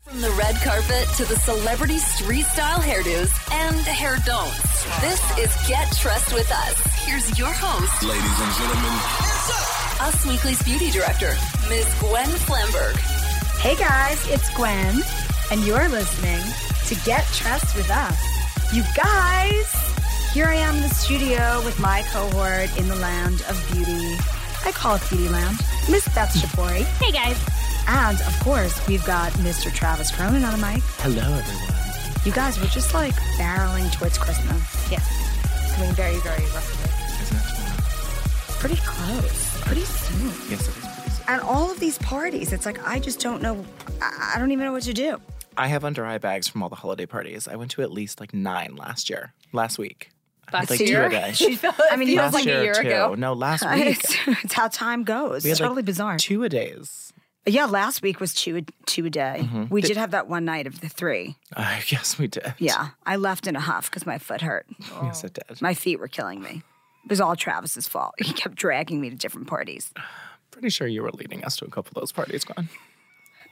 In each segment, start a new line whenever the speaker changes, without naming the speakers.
From the red carpet to the celebrity street style hairdos and the hair don'ts, this is Get Trust with Us. Here's your host,
Ladies and gentlemen,
Us Weekly's beauty director, Ms. Gwen Flamberg.
Hey guys, it's Gwen, and you're listening to Get Trust with Us. You guys, here I am in the studio with my cohort in the land of beauty. I call it Beauty Land. Miss Beth Shapori. Hey guys. And of course, we've got Mr. Travis Cronin on a mic.
Hello, everyone.
You guys were just like barreling towards Christmas. Yeah. Doing very, very roughly.
Isn't it tomorrow?
Pretty close. Pretty soon.
Yes, it is pretty soon.
And all of these parties, it's like, I just don't know. I I don't even know what to do.
I have under eye bags from all the holiday parties. I went to at least like nine last year, last week. I had,
Last
like
year?
two a day.
I mean, you
last
like
year
year
too.
ago.
No, last week.
it's, it's how time goes.
We had,
It's
like,
totally bizarre.
Two a days.
yeah, last week was two two a day.
Mm-hmm.
We did have that one night of the three.
I guess we did.
Yeah, I left in a huff because my foot hurt.
Yes, it did.
My feet were killing me. It was all Travis's fault. He kept dragging me to different parties.
Pretty sure you were leading us to a couple of those parties, Gone.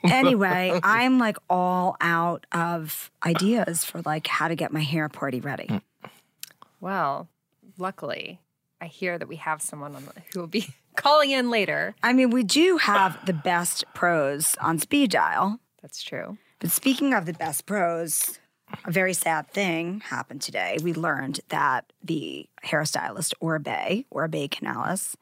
Anyway, I'm like all out of ideas for like how to get my hair party ready.
Hmm.
Well, luckily, I hear that we have someone on the, who will be calling in later.
I mean, we do have the best pros on speed dial.
That's true.
But speaking of the best pros, a very sad thing happened today. We learned that the hairstylist Orbe, Orbe Canalis,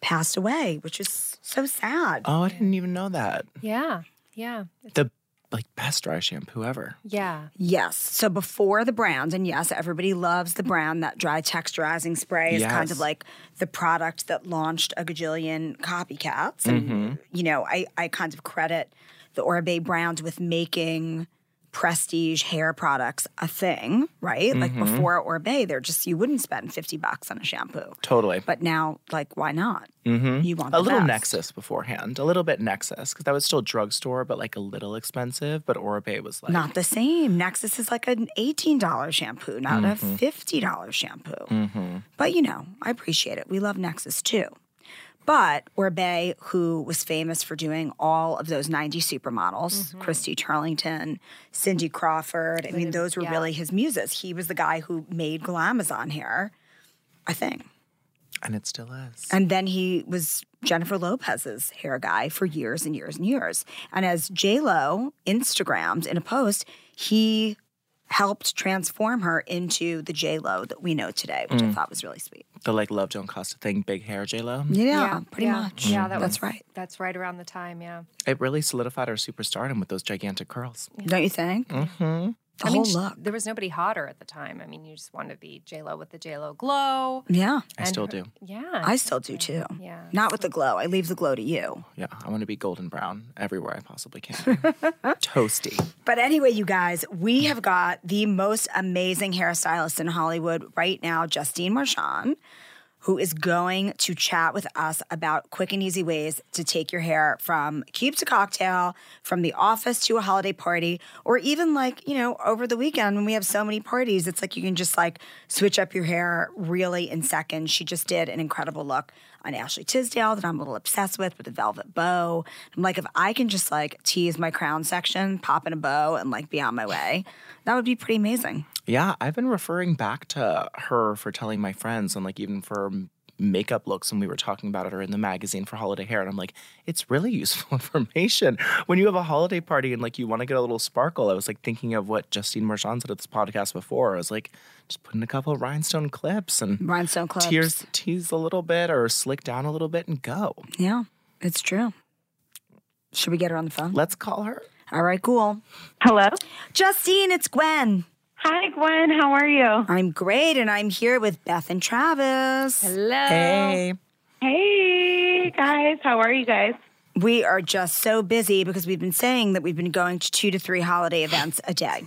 passed away, which is so sad.
Oh, I didn't even know that.
Yeah. Yeah.
The like best dry shampoo ever.
Yeah.
Yes. So before the brand, and yes, everybody loves the brand, that dry texturizing spray is kind
Yes.
of like the product that launched a gajillion copycats. And, you know, I, I kind of credit the Orbe brand with making prestige hair products a thing, right? Like before Orbe, they're just, you wouldn't spend 50 bucks on a shampoo.
Totally.
But now, like, why not? You want
a
the
little
best.
Nexus beforehand, a little bit Nexus, because that was still drugstore, but like a little expensive. But Oribe was like,
Not the same. Nexus is like an $18 shampoo, not a $50 shampoo. But you know, I appreciate it. We love Nexus too. But Orbe, who was famous for doing all of those 90 supermodels, Christy Turlington, Cindy Crawford, I mean, those were really his muses. He was the guy who made Glamazon hair a thing.
and it still is.
And then he was Jennifer Lopez's hair guy for years and years and years. And as J Lo Instagrammed in a post, he helped transform her into the J Lo that we know today, which I thought was really sweet.
the like love don't cost a thing big hair J Lo.
Yeah, pretty much.
Yeah, that
that's
was,
right.
That's right around the time. Yeah.
It really solidified our superstardom with those gigantic curls.
Don't you think? Mm-hmm. The
I
whole
mean, sh-
look.
there was nobody hotter at the time. I mean, you just wanted to be J Lo with the J Lo glow.
Yeah,
I still do.
Yeah.
I still do too.
Yeah.
Not with the glow. I leave the glow to you.
Yeah, I want to be golden brown everywhere I possibly can. Toasty.
But anyway, you guys, we have got the most amazing hairstylist in Hollywood right now, Justine Marchand, who is going to chat with us about quick and easy ways to take your hair from cube to cocktail, from the office to a holiday party, or even like, you know, over the weekend when we have so many parties, it's like you can just like switch up your hair really in seconds. She just did an incredible look on Ashley Tisdale that I'm a little obsessed with with a velvet bow. I'm like, if I can just like tease my crown section, pop in a bow, and like be on my way, that would be pretty amazing.
Yeah, I've been referring back to her for telling my friends and like even for m- makeup looks when we were talking about her in the magazine for holiday hair and I'm like it's really useful information when you have a holiday party and like you want to get a little sparkle I was like thinking of what Justine Marchand said at this podcast before I was like just put in a couple of rhinestone clips and
Rhinestone clubs.
tears tease a little bit or slick down a little bit and go
Mm-hmm.
Yeah, it's true. Should we get her on the phone?
let's call her
All right, cool.
Hello.
Justine, it's Gwen.
Hi, Gwen. How are you?
I'm great, and I'm here with Beth and Travis.
Hello.
Oh.
hey
Hey, guys. How are you guys?
We are just so busy because we've been saying that we've been going to two to three holiday events a day.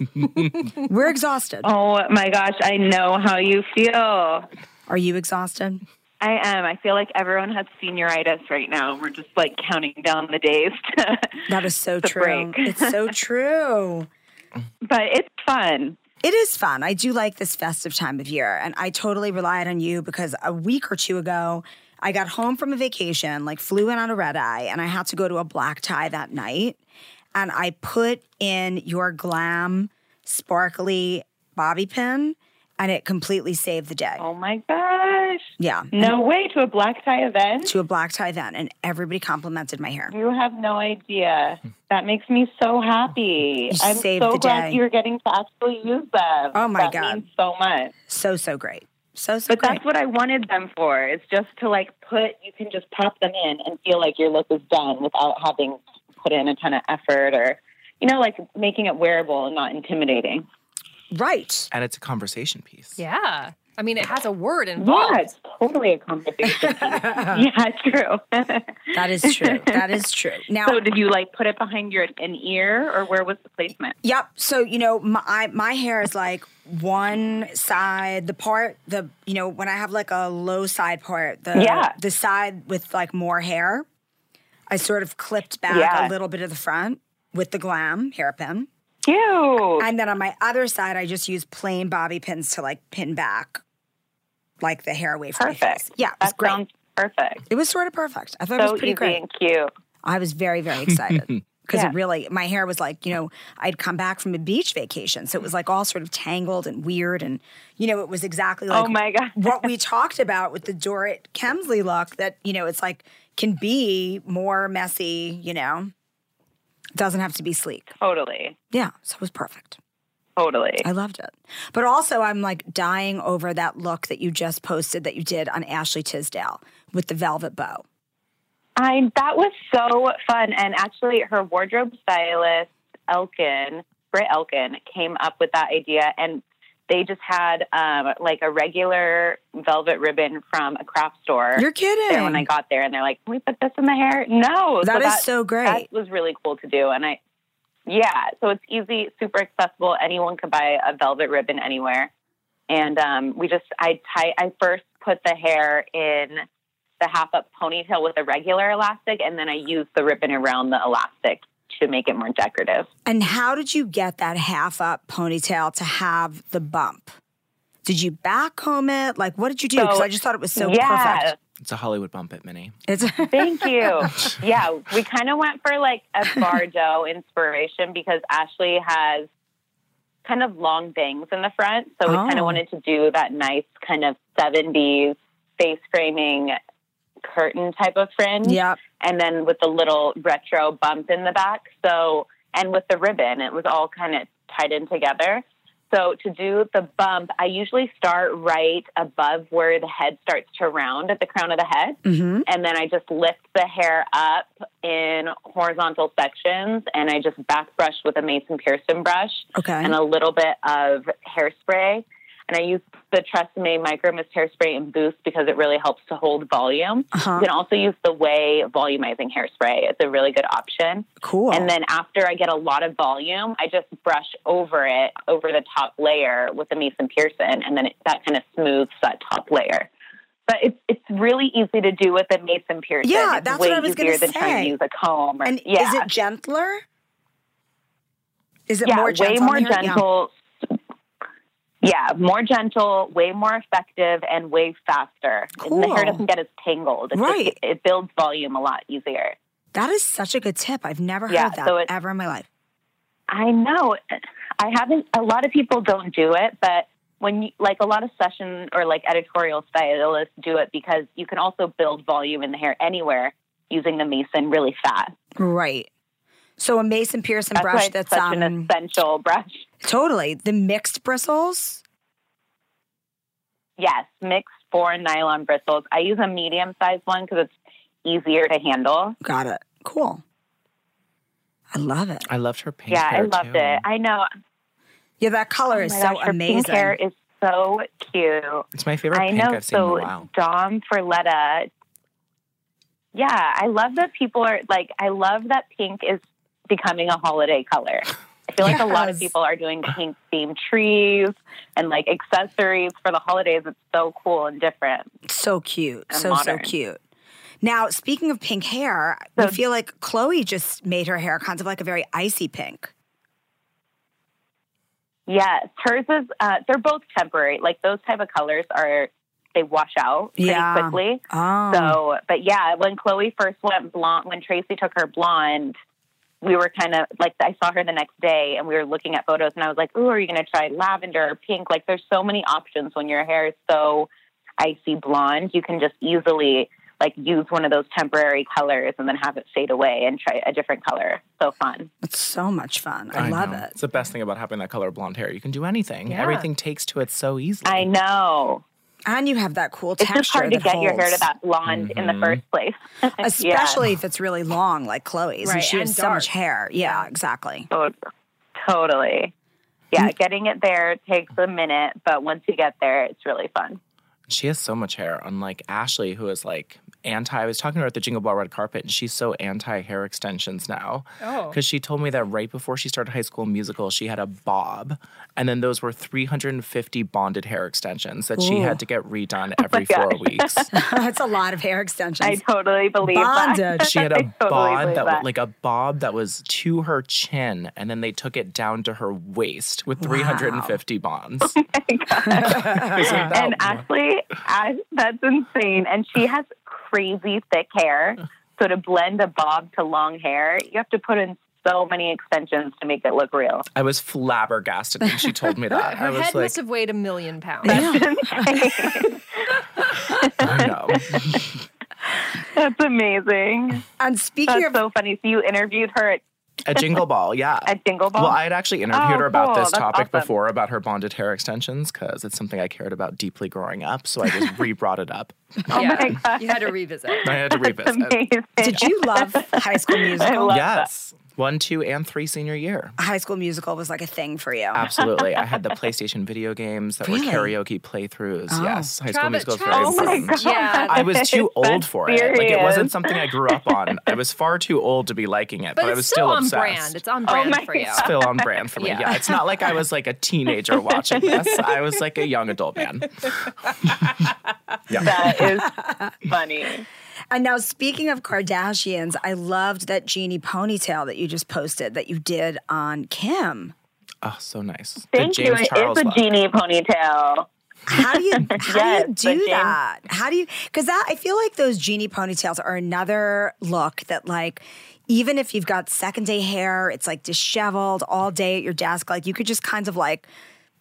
We're exhausted.
Oh, my gosh. I know how you feel. I
Are you exhausted?
am. I feel like everyone has senioritis right now. We're just like counting down the days. to-
That is so
The
true.
break.
it's so true.
but it's fun.
It is fun. I do like this festive time of year. And I totally relied on you because a week or two ago, I got home from a vacation, like flew in on a red eye, and I had to go to a black tie that night. and I put in your glam sparkly bobby pin and it completely saved the day.
Oh my gosh.
Yeah.
No way to a black tie event.
To a black tie event and everybody complimented my hair.
You have no idea. That makes me so happy.
You
I'm
saved
so
the
glad
day.
you're getting to actually use them.
Oh, my
that
God.
means so much.
So so great. So so
But
great.
that's what I wanted them for. It's just to like put you can just pop them in and feel like your look is done without having put in a ton of effort or you know, like making it wearable and not intimidating.
right.
And it's a conversation piece.
Yeah. I mean, it has a word involved.
Yeah, it's totally a conversation. yeah, true.
That is true. that is true. Now
so did you like put it behind your an ear or where was the placement?
Yep. So you know, my I, my hair is like one side, the part, the you know, when I have like a low side part, the
Yeah.
the side with like more hair, I sort of clipped back
Yeah.
a little bit of the front with the glam hairpin,
Cute.
and then on my other side, I just use plain bobby pins to like pin back, like the hair away from my face.
Perfect.
Yeah, it was
That
great.
sounds perfect.
it was sort of perfect. I thought it
So
was pretty
easy
great.
and cute.
I was very, very excited because
Yeah.
it really, my hair was like, you know, I'd come back from a beach vacation. So it was like all sort of tangled and weird. And, you know, it was exactly like
oh my god.
what we talked about with the Dorrit Kemsley look that, you know, it's like can be more messy, you know, doesn't have to be sleek.
Totally.
Yeah. So it was perfect.
Totally.
I loved it. But also, I'm like dying over that look that you just posted that you did on Ashley Tisdale with the velvet bow.
I that was so fun, and actually, her wardrobe stylist Elkin, Britt Elkin, came up with that idea, and they just had um, like a regular velvet ribbon from a craft store.
You're kidding.
there when I got there, and they're like, "Can we put this in the hair?" No,
That is
that,
so great.
That was really cool to do, and I, yeah, so it's easy, super accessible. Anyone could buy a velvet ribbon anywhere, and um, we just I tie I first put the hair in the half up ponytail with a regular elastic, and then I used the ribbon around the elastic to make it more decorative.
And how did you get that half up ponytail to have the bump? Did you back comb it? Like, what did you do? Because
So-
I just thought it was so
yeah,
perfect.
It's a Hollywood bump at Minnie.
It's
Thank you. Yeah, we kind of went for like a Bardo inspiration because Ashley has kind of long bangs in the front. So we kind
Oh.
of wanted to do that nice kind of 70s face framing curtain type of fringe.
yep.
And then with the little retro bump in the back. So, and with the ribbon, it was all kind of tied in together. So to do the bump, I usually start right above where the head starts to round at the crown of the head
hmm
and then I just lift the hair up in horizontal sections, and I just back brush with a Mason Pearson brush
Okay.
and a little bit of hairspray. And I use the Tresemme Micro Mist hairspray and boost because it really helps to hold volume.
Uh-huh.
You can also use the Way volumizing hairspray; it's a really good option.
Cool.
And then after I get a lot of volume, I just brush over it, over the top layer with a Mason Pearson, and then it, that kind of smooths that top layer. But it's it's really easy to do with a Mason Pearson.
Yeah,
it's
that's
way
what I was gonna
easier than trying
say.
to use a comb. Or,
And
yeah,
is it gentler? Is it
yeah,
more
way
gentle? on
more
the hair? Yeah.
gentle. Yeah. more gentle, way more effective, and way faster. And the hair
Cool.
doesn't get as tangled. It's just-
Right.
it builds volume a lot easier.
That is such a good tip. I've never
Yeah,
heard that
so it-
ever in my life.
I know. I haven't. A lot of people don't do it, but when you, like a lot of session or like editorial stylists do it because you can also build volume in the hair anywhere using the mason really fast.
Right. So a Mason Pearson
That's why
brush
it's
that's
such
um,
an essential brush.
totally the mixed bristles.
Yes, mixed four nylon bristles. I use a medium sized one because it's easier to handle.
Got it. Cool. I love it.
I loved her pink
yeah, I
hair,
loved
too.
it. I know.
Yeah, that color
Oh
is
my
so
gosh, her
amazing.
Pink hair is so cute.
It's my favorite
I
pink
know.
I've seen
so
in a while.
Dom Ferletta. Yeah, I love that people are like. I love that pink is becoming a holiday color. I feel like a lot of
Yes.
people are doing pink themed trees and like accessories for the holidays. It's so cool and different.
So cute.
and
so,
modern.
so cute. Now, speaking of pink hair, I
So-
feel like Chloe just made her hair kind of like a very icy pink.
Yes, hers is. Uh, they're both temporary. Like those type of colors are they wash out pretty
Yeah.
quickly.
Oh.
So, but yeah, when Chloe first went blonde, when Tracy took her blonde, we were kind of like I saw her the next day and we were looking at photos and I was like, "Ooh, are you going to try lavender or pink?" Like there's so many options when your hair is so icy blonde, you can just easily like use one of those temporary colors and then have it fade away and try a different color. So fun.
It's so much fun. I, love
know.
it.
It's the best thing about having that color of blonde hair. You can do anything.
Yeah.
Everything takes to it so easily.
I know.
And you have that cool
It's
texture.
just hard to
that
get your hair
holds.
to that blonde in the first place. Yeah.
Especially if it's really long, like Chloe's, and
Right,
she
and
has so much
dark.
hair. Yeah, exactly.
To- Totally. Yeah, getting it there takes a minute, but once you get there, it's really fun.
She has so much hair, unlike Ashley, who is like anti. I was talking to her at the Jingle Ball Red Carpet, and she's so anti hair extensions now.
Oh.
Because she told me that right before she started High School Musical, she had a bob, and then those were 350 bonded hair extensions that she had to get redone
Oh
every four weeks.
That's a lot of hair
I
extensions.
totally believe that.
Bonded.
She had a
I totally
bob
believe
that,
that.
like a bob that was to her chin, and then they took it down to her waist with 350 bonds. I was like,
Oh
"That-
And actually, I, that's insane. And she has crazy thick hair. So to blend a bob to long hair, you have to put in so many extensions to make it look real.
I was flabbergasted when she told me that. I
Her
was
head
like,
must have weighed a million pounds.
I know.
That's amazing.
And speaking
That's
of
so funny. So you interviewed her at,
A jingle ball, yeah.
at Dingle Ball?
well, I had actually interviewed
Oh,
her about
cool.
this
That's
topic
awesome.
before about her bonded hair extensions because it's something I cared about deeply growing up. So I just re brought it up.
oh
my God.
You had to revisit.
I had to revisit.
Amazing.
Did you love High School Musical?
love-
Yes. One, two, and three senior year.
High School Musical was like a thing for you.
Absolutely. I had the PlayStation video games that
Really?
were karaoke playthroughs.
Oh.
Yes. High School
Travis-
Musical is very
Travis-
Oh my
important.
God.
Yeah.
I was too old
That's
for it. Like it wasn't
serious.
something I grew up on. I was far too old to be liking it, but,
But
I
it's
was
still, on
obsessed.
brand. It's on brand
Oh my
for you.
It's still on brand for me. Yeah.
Yeah.
it's not like I was like a teenager watching this. I was like a young adult man. yeah.
That is funny.
And now, speaking of Kardashians, I loved that Genie ponytail that you just posted that you did on Kim.
Oh, so nice.
Thank
the
you.
James
It
Charles
is a
look.
genie ponytail.
How do you how
Yes,
do you
the
do
James-
that? How do you because that I feel like those Genie ponytails are another look that like even if you've got second day hair, it's like disheveled all day at your desk. Like you could just kind of like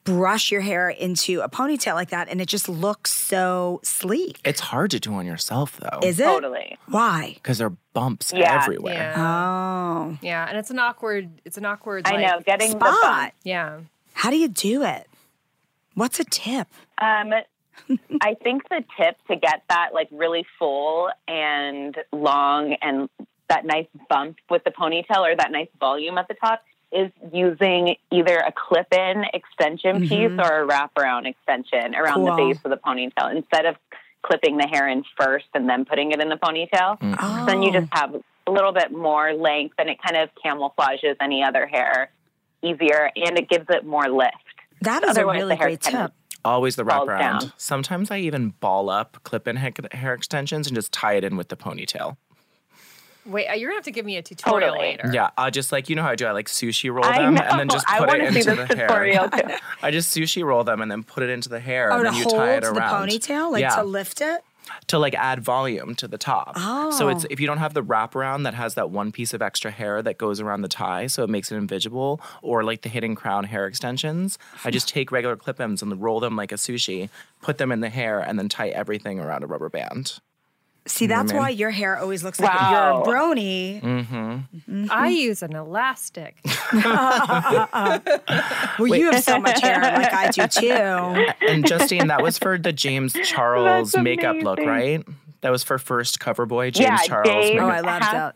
brush your hair into a ponytail like that, and it just looks so sleek.
It's hard to do on yourself though,
Is it
Totally.
Why?
because there are bumps
Yeah,
everywhere.
Yeah.
Oh,
yeah. And it's an awkward, it's an awkward,
I
like,
know. Getting the bump.
spot.
Yeah.
How do you do it? What's a tip?
Um, I think the tip to get that like really full and long and that nice bump with the ponytail or that nice volume at the top is using either a clip-in extension piece or a wraparound extension around the
Mm-hmm. Cool.
base of the ponytail instead of clipping the hair in first and then putting it in the ponytail.
Oh.
Then you just have a little bit more length and it kind of camouflages any other hair easier and it gives it more lift.
that is a
otherwise the
really
hair
great
kind of-
tip.
Always the
Falls
wraparound.
down.
Sometimes I even ball up clip-in hair, hair extensions and just tie it in with the ponytail.
Wait, uh, you're going to have to give me a tutorial
Totally.
later.
Yeah, I just like you know how I do. I like sushi roll
I
them
know.
and then just
I
put it
wanna
into
see
the
this
hair.
tutorial too.
I just sushi roll them and then put it into the hair
Oh,
and
to
then you
hold
tie it
the
around.
ponytail, like
yeah,
to lift it.
to like add volume to the top. So it's
Oh.
if you don't have the wraparound that has that one piece of extra hair that goes around the tie, so it makes it invisible, or like the hidden crown hair extensions. I just take regular clip-ins and roll them like a sushi, put them in the hair, and then tie everything around a rubber band.
See, that's
Mm-hmm.
why your hair always looks like
Wow.
you're a brony.
Mm.
I
Mm-hmm.
use an elastic.
Well, you have so much hair, like I do too.
And Justine, that was for the James Charles
That's
makeup look,
amazing.
right? That was for first cover boy James
Yeah,
Charles.
Dave-
Oh,
makeup.
I love
Half-
that.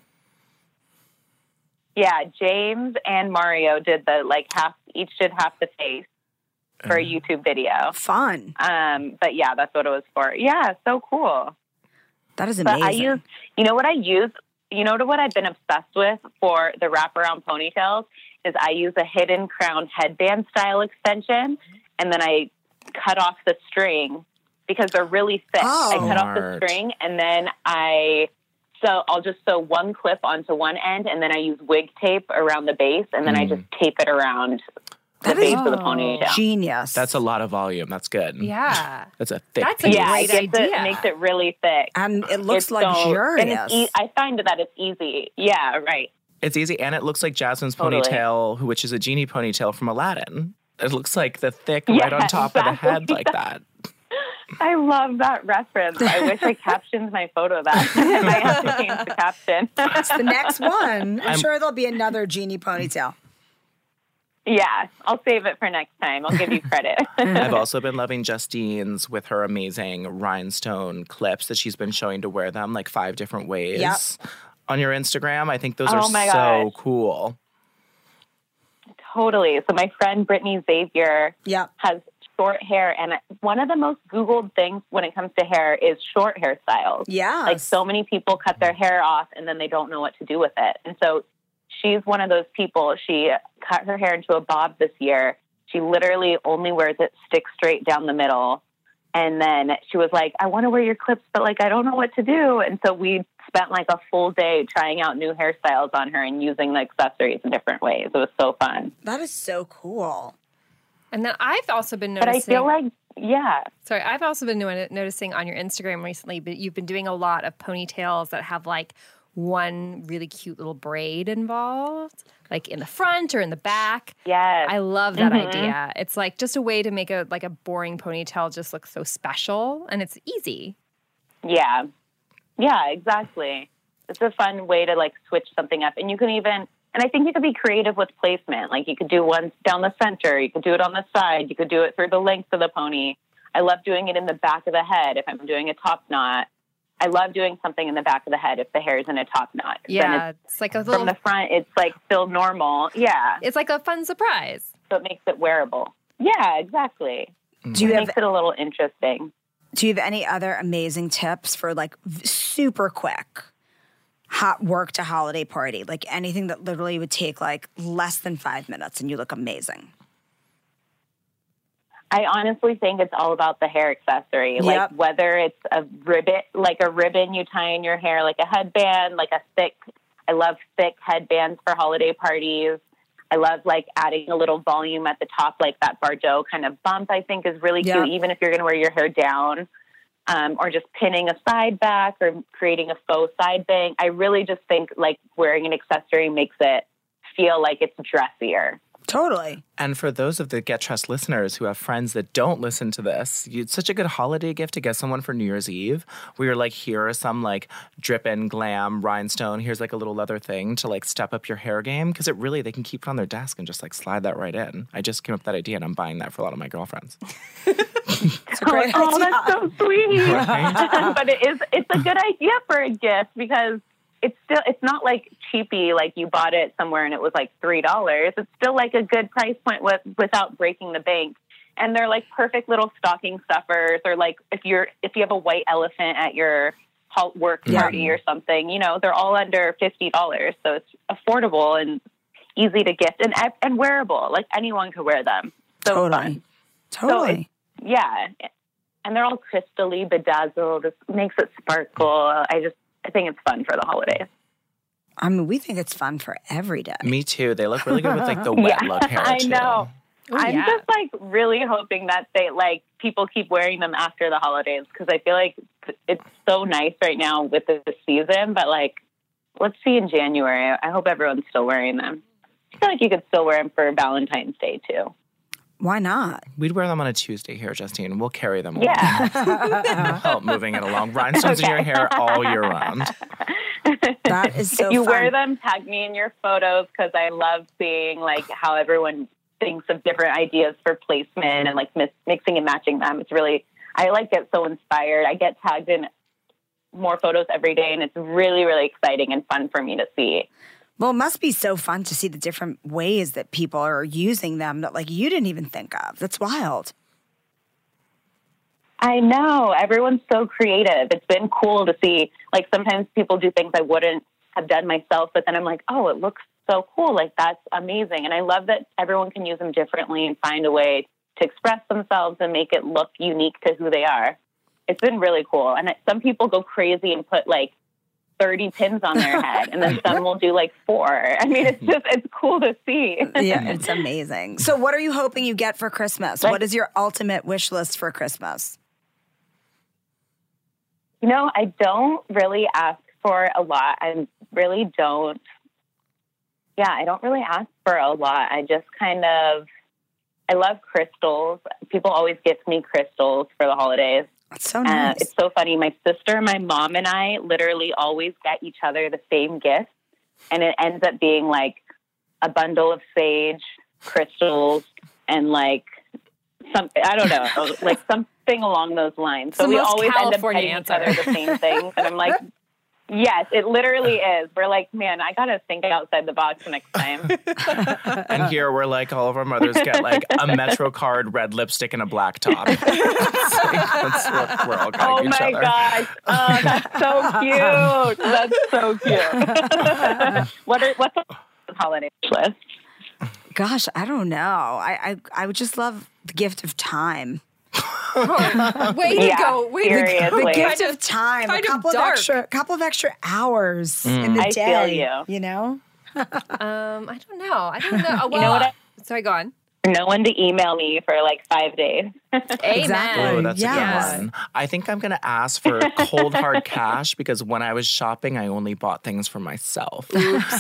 Yeah, James and Mario did the like half each did half the face for a YouTube video.
Fun.
Um, but yeah, that's what it was for. Yeah, so cool.
That is
But
amazing.
I use you know what I use you know what I've been obsessed with for the wraparound ponytails is I use a hidden crown headband style extension
Mm-hmm.
and then I cut off the string because they're really thick. I
Oh.
cut off the
Smart.
string and then I so I'll just sew one clip onto one end and then I use wig tape around the base and then I just tape it around the
That is
base of the
Oh.
ponytail.
Genius.
That's a lot of volume. That's good.
Yeah.
That's a thick
That's a
piece.
yeah,
great
it, gets it
idea.
makes it really thick.
and it looks
It's e, so- and
luxurious.
it's e- I find that it's easy. Yeah, right.
It's easy, and it looks like Jasmine's
Totally.
ponytail, who- which is a genie ponytail from Aladdin. It looks like the thick right on
Yeah,
top of the
exactly.
head, like that.
I love that reference. I wish I captioned my photo that. I might have to change the caption.
It's the next one. I'm,
I'm-
sure there'll be another genie ponytail.
yeah, I'll save it for next time. I'll give you credit.
I've also been loving Justine's with her amazing rhinestone clips that she's been showing to wear them like five different ways
Yep.
on your Instagram. I think those
Oh
are
my
so
gosh.
cool.
totally. So my friend Brittany Xavier
Yep.
has short hair, and one of the most Googled things when it comes to hair is short hairstyles.
Yeah.
Like so many people cut their hair off and then they don't know what to do with it. And so she's one of those people. She cut her hair into a bob this year. She literally only wears it stick straight down the middle. And then she was like, I want to wear your clips, but like I don't know what to do. And so we spent like a full day trying out new hairstyles on her and using the accessories in different ways. It was so fun.
that is so cool.
And then I've also been
But
noticing.
I feel like, yeah,
Sorry, I've also been no- noticing on your Instagram recently, but you've been doing a lot of ponytails that have like one really cute little braid involved, like in the front or in the back.
yes. Mm-hmm.
I love that idea. It's like just a way to make a like a boring ponytail just look so special and it's easy.
Yeah. Yeah, exactly. It's a fun way to like switch something up. And you can even, and I think you could be creative with placement. Like you could do one down the center, you could do it on the side, you could do it through the length of the pony. I love doing it in the back of the head if I'm doing a top knot. I love doing something in the back of the head if the hair is in a top knot. Then
Yeah, it's, like a
it's- from
little
the front, it's like still normal. Yeah.
it's like a fun surprise.
So it makes it wearable. Yeah, exactly.
Mm-hmm.
Do you
It
have
makes it a little interesting.
Do you have any other amazing tips for like v- super quick hot work to holiday party? Like anything that literally would take like less than five minutes and you look amazing.
I honestly think it's all about the hair accessory.
Yep.
Like whether it's a ribbon, like a ribbon you tie in your hair, like a headband, like a thick. I love thick headbands for holiday parties. I love like adding a little volume at the top, like that Bardot kind of bump. I think is really
Yep.
cute, even if you're going to wear your hair down, um, or just pinning a side back or creating a faux side bang. I really just think like wearing an accessory makes it feel like it's dressier.
Totally.
And for those of the Get Trust listeners who have friends that don't listen to this, you- it's such a good holiday gift to get someone for New Year's Eve. Where you're like, here are some like drippin' glam rhinestone. Here's like a little leather thing to like step up your hair game because it really they can keep it on their desk and just like slide that right in. I just came up with that idea and I'm buying that for a lot of my girlfriends.
It's a great
oh,
idea.
that's so sweet.
Right?
but it is it's a good idea for a gift because it's still it's not like cheapy like you bought it somewhere and it was like three dollars it's still like a good price point with, without breaking the bank and they're like perfect little stocking stuffers or like if you're if you have a white elephant at your hol- work
Yeah.
party or something you know they're all under fifty dollars so it's affordable and easy to gift and and wearable like anyone could wear them so fun
totally. Totally.
yeah and they're all crystally bedazzled it makes it sparkle i just i think it's fun for the holidays
I mean, we think it's fun for every day.
Me too. They look really good with like the wet
Yeah,
look hair.
I
too.
know.
Oh,
i'm
yeah.
just like really hoping that they like people keep wearing them after the holidays because i feel like it's so nice right now with the season but like let's see in january i hope everyone's still wearing them i feel like you could still wear them for valentine's day too
Why not?
We'd wear them on a Tuesday here, Justine. We'll carry them. along.
yeah
help moving it along. Rhinestones in your hair all year round.
That is so
if you
fun.
wear them, tag me in your photos because I love seeing like how everyone thinks of different ideas for placement and like mis- mixing and matching them. It's really I like get so inspired. I get tagged in more photos every day, and it's really really exciting and fun for me to see.
Well, it must be so fun to see the different ways that people are using them that like you didn't even think of. That's wild.
I know everyone's so creative. It's been cool to see. Like sometimes people do things I wouldn't have done myself, but then I'm like, oh, it looks so cool. Like that's amazing. And I love that everyone can use them differently and find a way to express themselves and make it look unique to who they are. It's been really cool. And I- some people go crazy and put like 30 pins on their head, and then some will do like four. I mean, it's just it's cool to see.
Yeah, it's amazing. So, what are you hoping you get for Christmas?
Like-
What is your ultimate wish list for Christmas?
You know, I don't really ask for a lot. I really don't yeah, I don't really ask for a lot. I just kind of, I love crystals. People always gift me crystals for the holidays.
That's so
Uh,
nice.
it's so funny. My sister, my mom, and I literally always get each other the same gift, and it ends up being like a bundle of sage crystals and like some I don't know, like something along those lines.
It's the
so we
most
always
California
end up
answer.
getting each other the same thing, and I'm like. Yes, it literally is. We're like, man, I gotta think outside the box next time.
And here we're like, all of our mothers get like a Metro card, red lipstick, and a black top. It's like, that's what we're all
oh
getting each
my
other.
gosh! Oh, that's so cute. That's so cute. what are what's on the holiday list?
Gosh, I don't know. I, I I would just love the gift of time.
Way to
Yeah,
go. Way to go.
seriously.
The
Like-
gift of time. A
kind of
couple of,
dark.
extra, a couple of extra hours
Mm.
in the
I feel
day.
you.
know.
Um, I don't know. I don't know. Oh, well,
know what I-
sorry, go on.
no one to email me for like five days.
Amen.
Exactly.
Oh, that's
Yes.
a good one. I think I'm going to ask for cold hard cash because when I was shopping, I only bought things for myself.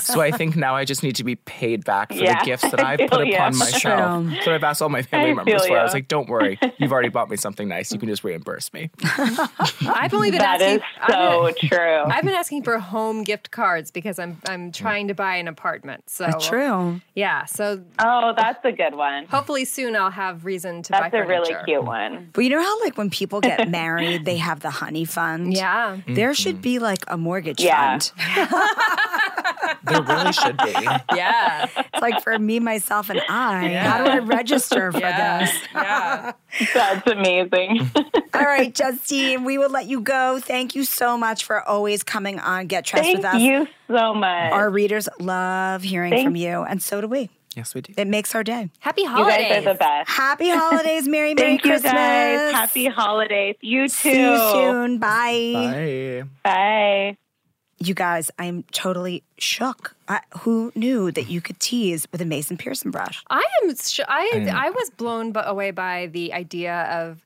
So I think now I just need to be paid back for
Yeah,
the gifts that
I
I've
feel
put
you.
upon
That's
myself.
true.
So I've asked all my
I
family
feel
members for. it. I
you.
was like, don't worry, you've already bought me something nice. You can just reimburse me.
I've only been
that
asking.
is so
I've been,
true.
I've been asking for home gift cards because I'm I'm trying to buy an apartment. So
True.
Yeah. So
Oh, that's a good one.
hopefully soon I'll have reason to buy
That's a
furniture.
really cute one.
But you know how like when people get married, they have the honey fund?
Yeah. Mm-hmm.
There should be like a mortgage
Yeah.
fund.
There really should be.
Yeah.
It's like for me, myself, and I. How do I register for
Yeah.
this?
yeah.
That's amazing.
All right, Justine, we will let you go. Thank you so much for always coming on Get Trust with
Thank
Us.
you so much.
Our readers love hearing
Thank-
from you, and so do we.
Yes, we do.
It makes our day.
Happy
you
holidays.
guys are the best.
Happy holidays, Merry Merry
Thank you
Christmas.
guys. Happy holidays. You too.
See you soon. Bye.
Bye.
Bye.
You guys, I am totally shook. I, who knew that you could tease with a Mason Pearson brush?
I am. Sh- I I was blown bu- away by the idea of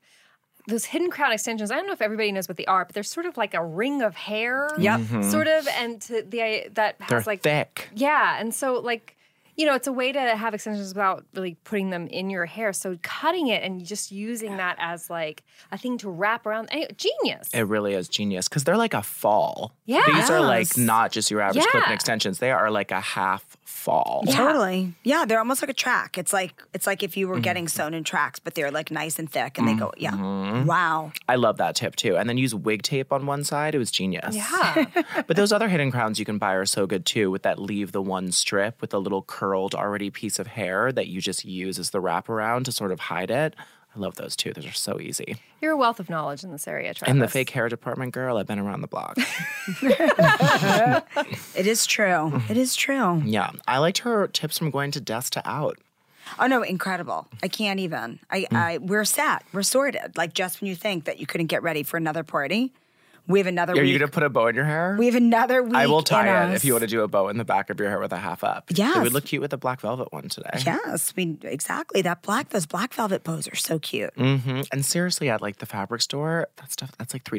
those hidden crown extensions. I don't know if everybody knows what they are, but they're sort of like a ring of hair,
Yep.
sort of, and to the that has
Mm-hmm. They're
like
thick.
yeah, and so like. You know, it's a way to have extensions without really putting them in your hair. So cutting it and just using that as like a thing to wrap around. eh, Genius.
It really is genius because they're like a fall.
Yeah.
These are
Yes.
like not just your average clip
Yeah.
and extensions. They are like a half fall.
Totally. Yeah, they're almost like a track. It's like it's like if you
Mm-hmm.
were getting sewn in tracks, but they're like nice and thick and they go, yeah.
Mm-hmm.
Wow.
I love that tip too. And then use wig tape on one side. It was genius.
Yeah.
But those other hidden crowns you can buy are so good too, with that leave the one strip with a little curled already piece of hair that you just use as the wraparound to sort of hide it. I love those too. Those are so easy.
You're a wealth of knowledge in this area, Travis.
In the fake hair department, girl, I've been around the block.
It is true.
Mm-hmm.
It is true.
yeah. I liked her tips from going to desk to out.
Oh no, incredible. I can't even. I,
Mm.
I we're sad. We're sorted. Like just when you think that you couldn't get ready for another party, we have another
Are
week.
you going to put a bow in your hair?
we have another week.
I will
in
tie it
us.
if you want to do a bow in the back of your hair with a half up. It
Yes.
would look cute with a black velvet one today.
Yes, we exactly that black. Those black velvet bows are so cute.
hmm And seriously, at like the fabric store, that stuff, that's like $3.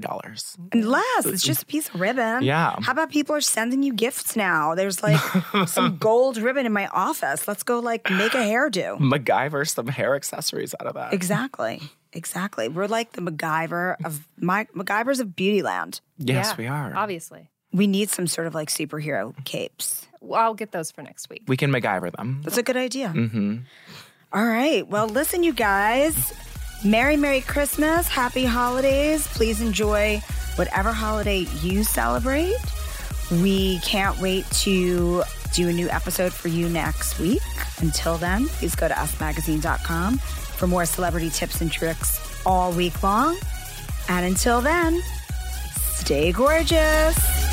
And less, it's just a piece of ribbon.
Mm. Yeah.
How about people are sending you gifts now? There's like some gold ribbon in my office. Let's go like make a hairdo.
MacGyver some hair accessories out of that.
Exactly. Exactly. We're like the MacGyver of my MacGyvers of Beautyland.
Yes,
Yeah,
we are.
Obviously.
We need some sort of like superhero capes.
Well, I'll get those for next week.
We can MacGyver them.
That's a good idea. Mm-hmm. right. Well, listen, you guys. Merry, Merry Christmas. Happy holidays. Please enjoy whatever holiday you celebrate. We can't wait to do a new episode for you next week. Until then, please go to usmagazine.com for more celebrity tips and tricks all week long. And until then, stay gorgeous.